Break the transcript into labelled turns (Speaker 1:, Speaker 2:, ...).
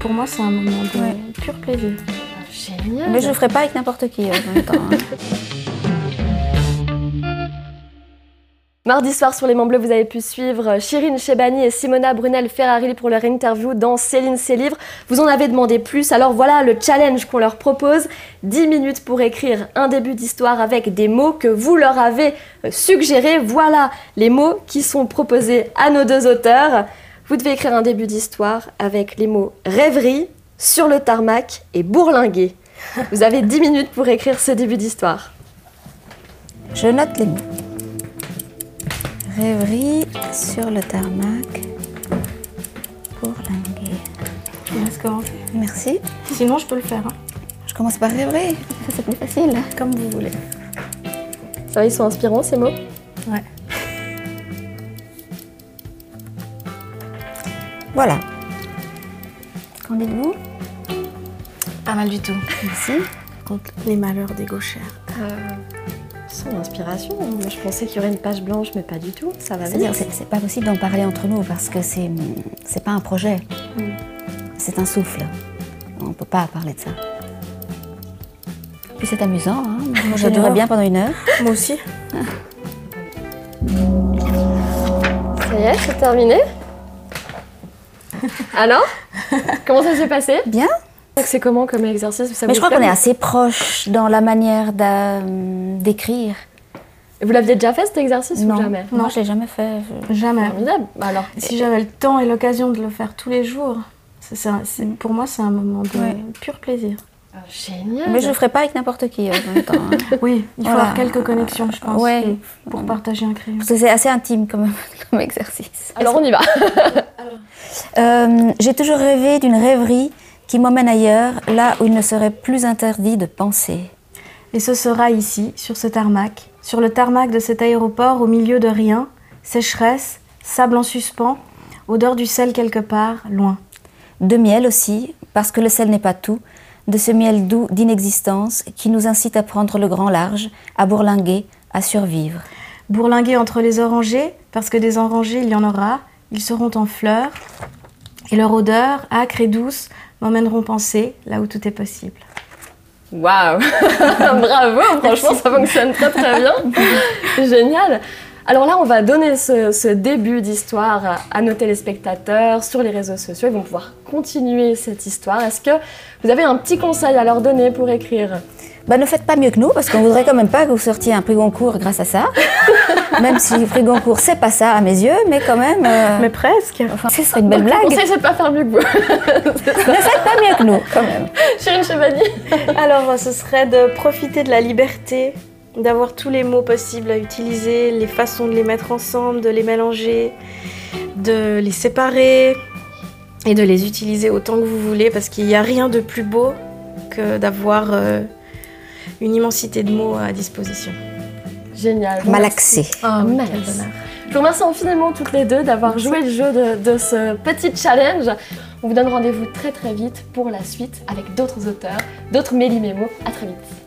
Speaker 1: pour moi, c'est un moment de
Speaker 2: Ouais. Ah,
Speaker 1: pur plaisir.
Speaker 3: Génial.
Speaker 2: Mais je le ferai pas avec n'importe qui euh, en même temps. hein.
Speaker 3: Mardi soir sur Les Monts Bleus, vous avez pu suivre euh, Chirine Chebani et Simona Brunel-Ferrari pour leur interview dans Céline ses livres. Vous en avez demandé plus, alors voilà le challenge qu'on leur propose. 10 minutes pour écrire un début d'histoire avec des mots que vous leur avez euh, suggérés. Voilà les mots qui sont proposés à nos deux auteurs. Vous devez écrire un début d'histoire avec les mots rêverie, sur le tarmac et bourlinguer. Vous avez 10 minutes pour écrire ce début d'histoire.
Speaker 2: Je note les mots. Rêverie sur le tarmac pour linguer.
Speaker 1: Tu vois ce qu'on fait.
Speaker 2: Merci.
Speaker 1: Sinon, je peux le faire. hein.
Speaker 2: Je commence par rêverie. Ça, c'est plus facile. Comme vous voulez.
Speaker 3: Ça va, ils sont inspirants ces mots
Speaker 1: Ouais.
Speaker 2: Voilà. Qu'en dites-vous
Speaker 1: Pas mal du tout.
Speaker 2: Merci.
Speaker 1: Contre les malheurs des gauchères.
Speaker 3: Sans inspiration, hein. moi je pensais qu'il y aurait une page blanche, mais pas du tout, ça va venir.
Speaker 4: C'est-à-dire, c'est c'est pas possible d'en parler entre nous parce que c'est c'est pas un projet. C'est un souffle. On peut pas parler de ça. Puis c'est amusant. Hein Moi, j'adorais bien pendant une heure.
Speaker 1: Moi aussi.
Speaker 3: Ça y est, c'est terminé Alors Comment ça s'est passé
Speaker 4: Bien.
Speaker 3: C'est comment comme exercice ça
Speaker 4: Mais
Speaker 3: vous
Speaker 4: je crois
Speaker 3: plaît
Speaker 4: qu'on est assez proches dans la manière d'a- d'écrire.
Speaker 3: Vous l'aviez déjà fait cet exercice ou jamais
Speaker 4: non, je l'ai jamais fait. Je-
Speaker 1: Jamais.
Speaker 2: Ah
Speaker 3: Formidable Bah Alors,
Speaker 1: Si j'avais le temps et l'occasion de le faire tous les jours, c'est ça, c'est- pour moi, c'est un moment de
Speaker 2: Mm. Ouais.
Speaker 1: pur plaisir.
Speaker 3: génial
Speaker 2: Mais je le ferai pas avec n'importe qui euh, en même temps. hein.
Speaker 1: Oui, il faut
Speaker 2: Voilà.
Speaker 1: avoir quelques connexions, je pense,
Speaker 2: Ouais.
Speaker 1: pour partager un crayon.
Speaker 2: Parce que c'est assez intime comme, comme exercice.
Speaker 3: Alors on y va
Speaker 4: Euh, J'ai toujours rêvé d'une rêverie qui m'emmène ailleurs, là où il ne serait plus interdit de penser.
Speaker 1: Et ce sera ici, sur ce tarmac, sur le tarmac de cet aéroport au milieu de rien, sécheresse, sable en suspens, odeur du sel quelque part, loin.
Speaker 4: De miel aussi, parce que le sel n'est pas tout, de ce miel doux d'inexistence qui nous incite à prendre le grand large, à bourlinguer, à survivre.
Speaker 1: Bourlinguer entre les orangers, parce que des orangers il y en aura, ils seront en fleurs, et leur odeur, âcre et douce, m'emmèneront penser là où tout est possible.
Speaker 3: Waouh Bravo Franchement, ça fonctionne très très bien. Génial alors là, on va donner ce, ce début d'histoire à nos téléspectateurs sur les réseaux sociaux. Ils vont pouvoir continuer cette histoire. Est-ce que vous avez un petit conseil à leur donner pour écrire
Speaker 4: Bah, ne faites pas mieux que nous, parce qu'on voudrait quand même pas que vous sortiez un prix Goncourt grâce à ça. même si le prix Goncourt, c'est pas ça à mes yeux, mais quand même, euh,
Speaker 1: Mais presque
Speaker 4: enfin, ce serait une belle
Speaker 3: Le
Speaker 4: blague.
Speaker 3: conseil, c'est de pas faire mieux que vous.
Speaker 4: Ne faites pas mieux que nous, quand même.
Speaker 3: Chérine Chevalier.
Speaker 1: Alors, ce serait de profiter de la liberté, d'avoir tous les mots possibles à utiliser, les façons de les mettre ensemble, de les mélanger, de les séparer et de les utiliser autant que vous voulez parce qu'il n'y a rien de plus beau que d'avoir euh, une immensité de mots à disposition.
Speaker 3: Génial.
Speaker 4: Malaxé.
Speaker 3: Ah,
Speaker 1: oui,
Speaker 3: malaise.
Speaker 1: quel bonheur.
Speaker 3: Je vous remercie infiniment toutes les deux d'avoir joué le jeu de, de ce petit challenge. On vous donne rendez-vous très très vite pour la suite avec d'autres auteurs, d'autres Méli Mémo. À très vite.